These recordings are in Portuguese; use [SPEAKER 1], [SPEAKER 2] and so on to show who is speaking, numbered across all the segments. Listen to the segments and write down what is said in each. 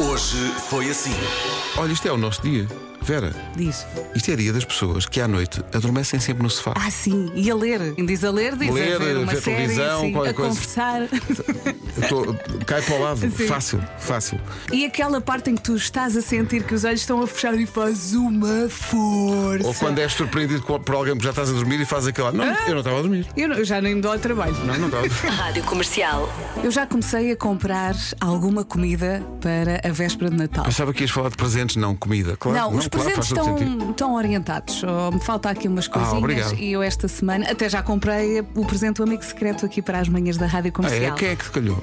[SPEAKER 1] Hoje foi assim.
[SPEAKER 2] Olha, isto é o nosso dia. Vera,
[SPEAKER 3] Diz.
[SPEAKER 2] isto é dia das pessoas que à noite adormecem sempre no sofá.
[SPEAKER 3] Ah, sim, e a ler. Quem diz a ler, diz
[SPEAKER 2] Ler,
[SPEAKER 3] a ver uma
[SPEAKER 2] ver
[SPEAKER 3] série,
[SPEAKER 2] televisão,
[SPEAKER 3] sim,
[SPEAKER 2] qualquer
[SPEAKER 3] a
[SPEAKER 2] coisa.
[SPEAKER 3] conversar.
[SPEAKER 2] Tô- cai para o lado.
[SPEAKER 3] Sim.
[SPEAKER 2] Fácil, fácil.
[SPEAKER 3] e aquela parte em que tu estás a sentir que os olhos estão a fechar e faz uma força.
[SPEAKER 2] Ou quando és surpreendido com- por alguém que já estás a dormir e fazes aquela. Não, eu não estava a dormir.
[SPEAKER 3] Eu, não- eu já nem me dou ao trabalho.
[SPEAKER 2] Não, não estava. a dormir."
[SPEAKER 4] Rádio Comercial.
[SPEAKER 3] Eu já comecei a comprar alguma comida para a véspera de Natal.
[SPEAKER 2] Pensava que ias falar de presentes, não comida. Claro,
[SPEAKER 3] não, os
[SPEAKER 2] claro,
[SPEAKER 3] presentes
[SPEAKER 2] faz todo sentido. Ah,
[SPEAKER 3] estão, estão orientados. Só me falta aqui umas coisinhas
[SPEAKER 2] obrigado.
[SPEAKER 3] e eu esta semana até já comprei o presente do amigo secreto aqui para as manhãs da
[SPEAKER 2] Ah,
[SPEAKER 3] Rádio
[SPEAKER 2] é?
[SPEAKER 3] Comercial.
[SPEAKER 2] Quem é que te calhou?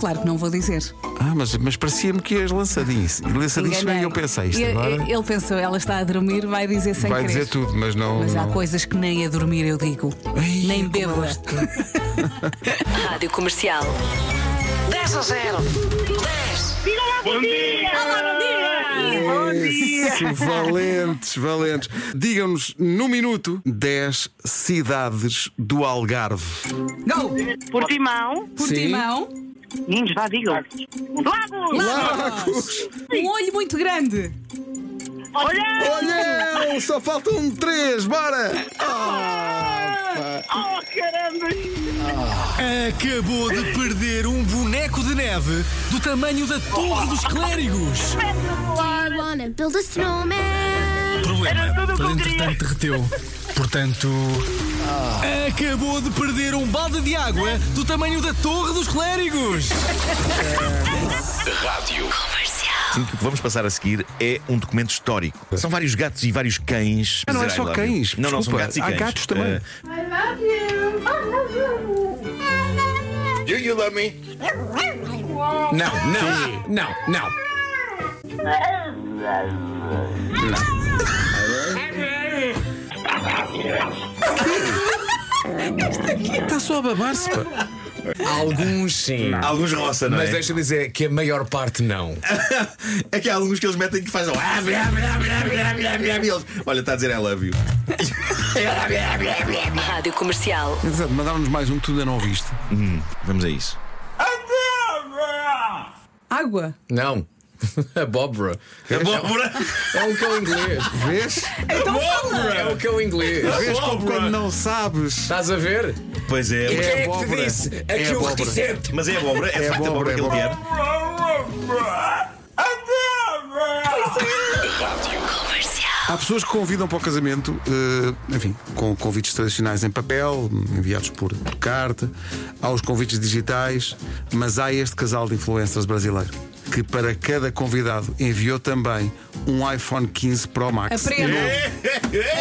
[SPEAKER 3] Claro que não vou dizer.
[SPEAKER 2] Ah, mas, mas parecia-me que ias lançadinho. E Lançadinho bem,
[SPEAKER 3] Enganei.
[SPEAKER 2] eu pensei isto
[SPEAKER 3] E-
[SPEAKER 2] agora.
[SPEAKER 3] Ele pensou, ela está a dormir, vai dizer sem
[SPEAKER 2] Vai
[SPEAKER 3] querer.
[SPEAKER 2] dizer tudo, mas não.
[SPEAKER 3] Mas há
[SPEAKER 2] não.
[SPEAKER 3] coisas que nem a dormir eu digo.
[SPEAKER 2] Ai,
[SPEAKER 3] nem
[SPEAKER 2] como
[SPEAKER 3] beba.
[SPEAKER 2] elas te-
[SPEAKER 4] Rádio Comercial.
[SPEAKER 5] 10 a 0. 10.
[SPEAKER 6] Bom dia!
[SPEAKER 2] Isso, valentes, valentes. Digam-nos, no minuto, 10 cidades do Algarve.
[SPEAKER 3] Go!
[SPEAKER 6] Portimão,
[SPEAKER 3] Portimão,
[SPEAKER 5] Meninos, vá, digam.
[SPEAKER 6] Lagos,
[SPEAKER 2] Lagos!
[SPEAKER 3] um olho muito grande.
[SPEAKER 6] Olhão,
[SPEAKER 2] Olhão! Só faltam 3, bora!
[SPEAKER 6] oh caramba!
[SPEAKER 7] Acabou de perder um boneco de neve do tamanho da Torre dos Clérigos.
[SPEAKER 8] I wanna build a snowman.
[SPEAKER 7] Problema,
[SPEAKER 6] Era tudo o que eu
[SPEAKER 7] ele
[SPEAKER 6] queria.
[SPEAKER 7] entretanto derreteu. Portanto. Acabou de perder um balde de água do tamanho da Torre dos Clérigos.
[SPEAKER 9] Sinto que o que vamos passar a seguir é um documento histórico. São vários gatos e vários cães.
[SPEAKER 2] Não, não é
[SPEAKER 9] dizer I
[SPEAKER 2] só
[SPEAKER 9] love
[SPEAKER 2] cães,
[SPEAKER 9] you. Não, não, são
[SPEAKER 2] desculpa,
[SPEAKER 9] gatos e
[SPEAKER 2] há
[SPEAKER 9] cães.
[SPEAKER 2] gatos também.
[SPEAKER 9] Eh,
[SPEAKER 7] Não, não, não, não.
[SPEAKER 2] Está só a babar-se, pá.
[SPEAKER 7] Alguns sim.
[SPEAKER 9] alguns roça, não
[SPEAKER 7] Mas
[SPEAKER 9] é?
[SPEAKER 7] deixa me dizer que a maior parte não.
[SPEAKER 9] É que há alguns que eles metem que fazem. "Ah, blá, blá, blá, blá, blá, blá", e eles, Olha, está a dizer I love you.
[SPEAKER 4] Rádio Comercial.
[SPEAKER 2] Exato, mandaram-nos mais um que tu ainda não ouviste.
[SPEAKER 9] Vamos a isso.
[SPEAKER 3] Água.
[SPEAKER 7] Não. Abóbora.
[SPEAKER 9] Abóbora!
[SPEAKER 7] É um cão inglês.
[SPEAKER 2] Vês?
[SPEAKER 3] Então fala.
[SPEAKER 7] É um cão inglês.
[SPEAKER 2] Vês como quando não sabes.
[SPEAKER 7] Estás a ver?
[SPEAKER 9] Pois é, mas-
[SPEAKER 7] Quem é que te
[SPEAKER 2] abóbora.
[SPEAKER 7] disse?
[SPEAKER 2] É
[SPEAKER 7] Aqui o
[SPEAKER 2] abóbora.
[SPEAKER 7] reticente.
[SPEAKER 9] mas é abóbora, é de facto
[SPEAKER 2] abóbora,
[SPEAKER 9] abóbora que ele
[SPEAKER 2] é
[SPEAKER 9] quer.
[SPEAKER 2] Há pessoas que convidam para o casamento, eh, enfim, com convites tradicionais em papel, enviados por, por carta, há os convites digitais, mas há este casal de influencers brasileiro que para cada convidado enviou também um iPhone 15 Pro Max.
[SPEAKER 3] Aprendam.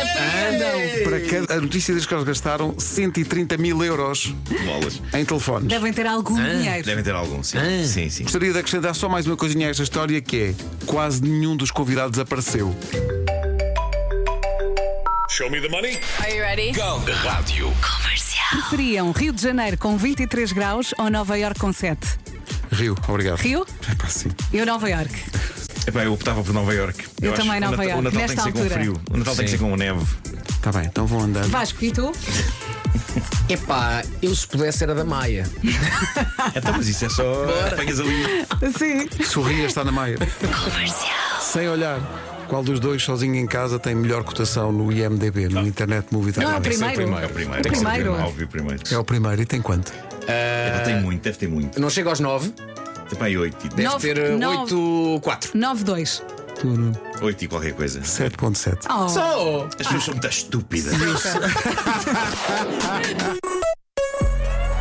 [SPEAKER 3] Aprendam.
[SPEAKER 2] Para cada, a notícia diz que eles gastaram 130 mil euros
[SPEAKER 9] Bolas.
[SPEAKER 2] em telefones.
[SPEAKER 3] Devem ter algum dinheiro.
[SPEAKER 9] Ah, Devem ter algum, sim. Sim, sim.
[SPEAKER 2] Gostaria de acrescentar só mais uma coisinha a esta história que é quase nenhum dos convidados apareceu.
[SPEAKER 3] Preferiam Rio de Janeiro com 23 graus ou Nova Iorque com 7?
[SPEAKER 2] Rio, obrigado.
[SPEAKER 3] Rio?
[SPEAKER 2] Epá, sim.
[SPEAKER 3] Eu Nova Iorque.
[SPEAKER 9] Epá, eu optava por Nova York.
[SPEAKER 3] Eu também Nova Iorque,
[SPEAKER 9] Iorque. O
[SPEAKER 3] nesta
[SPEAKER 9] Natal tem que ser com
[SPEAKER 3] altura.
[SPEAKER 9] frio. O Natal tem que ser com neve.
[SPEAKER 2] Está bem, então vão andando.
[SPEAKER 3] Vasco, e tu?
[SPEAKER 7] Epá, eu se pudesse era da Maia.
[SPEAKER 9] Então, mas isso é só. Apanhas ali.
[SPEAKER 3] Sim.
[SPEAKER 2] Sorria está na Maia. Sem olhar. Qual dos dois sozinho em casa tem melhor cotação no IMDB, no Internet Movie
[SPEAKER 3] Não é o
[SPEAKER 2] Database?
[SPEAKER 9] Tem que ser
[SPEAKER 3] primeiro.
[SPEAKER 9] o primeiro. Tem que ser o
[SPEAKER 3] Primeiro.
[SPEAKER 9] primeiro. Óbvio, primeiro.
[SPEAKER 2] É o primeiro e tem quanto?
[SPEAKER 9] Epá, tem muito, deve ter muito.
[SPEAKER 7] Não chega aos 9,
[SPEAKER 9] Epá, aí 8 e 10.
[SPEAKER 3] Nove,
[SPEAKER 7] ter eh,
[SPEAKER 3] nove.
[SPEAKER 7] oito quatro.
[SPEAKER 3] 9-2.
[SPEAKER 2] Tu, Nuno?
[SPEAKER 9] 8 e qualquer coisa.
[SPEAKER 2] 7.7.
[SPEAKER 3] Oh.
[SPEAKER 7] Só!
[SPEAKER 9] As pessoas são muito estúpidas.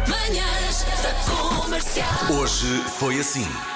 [SPEAKER 4] Manhãs da Comercial.
[SPEAKER 1] Hoje foi assim.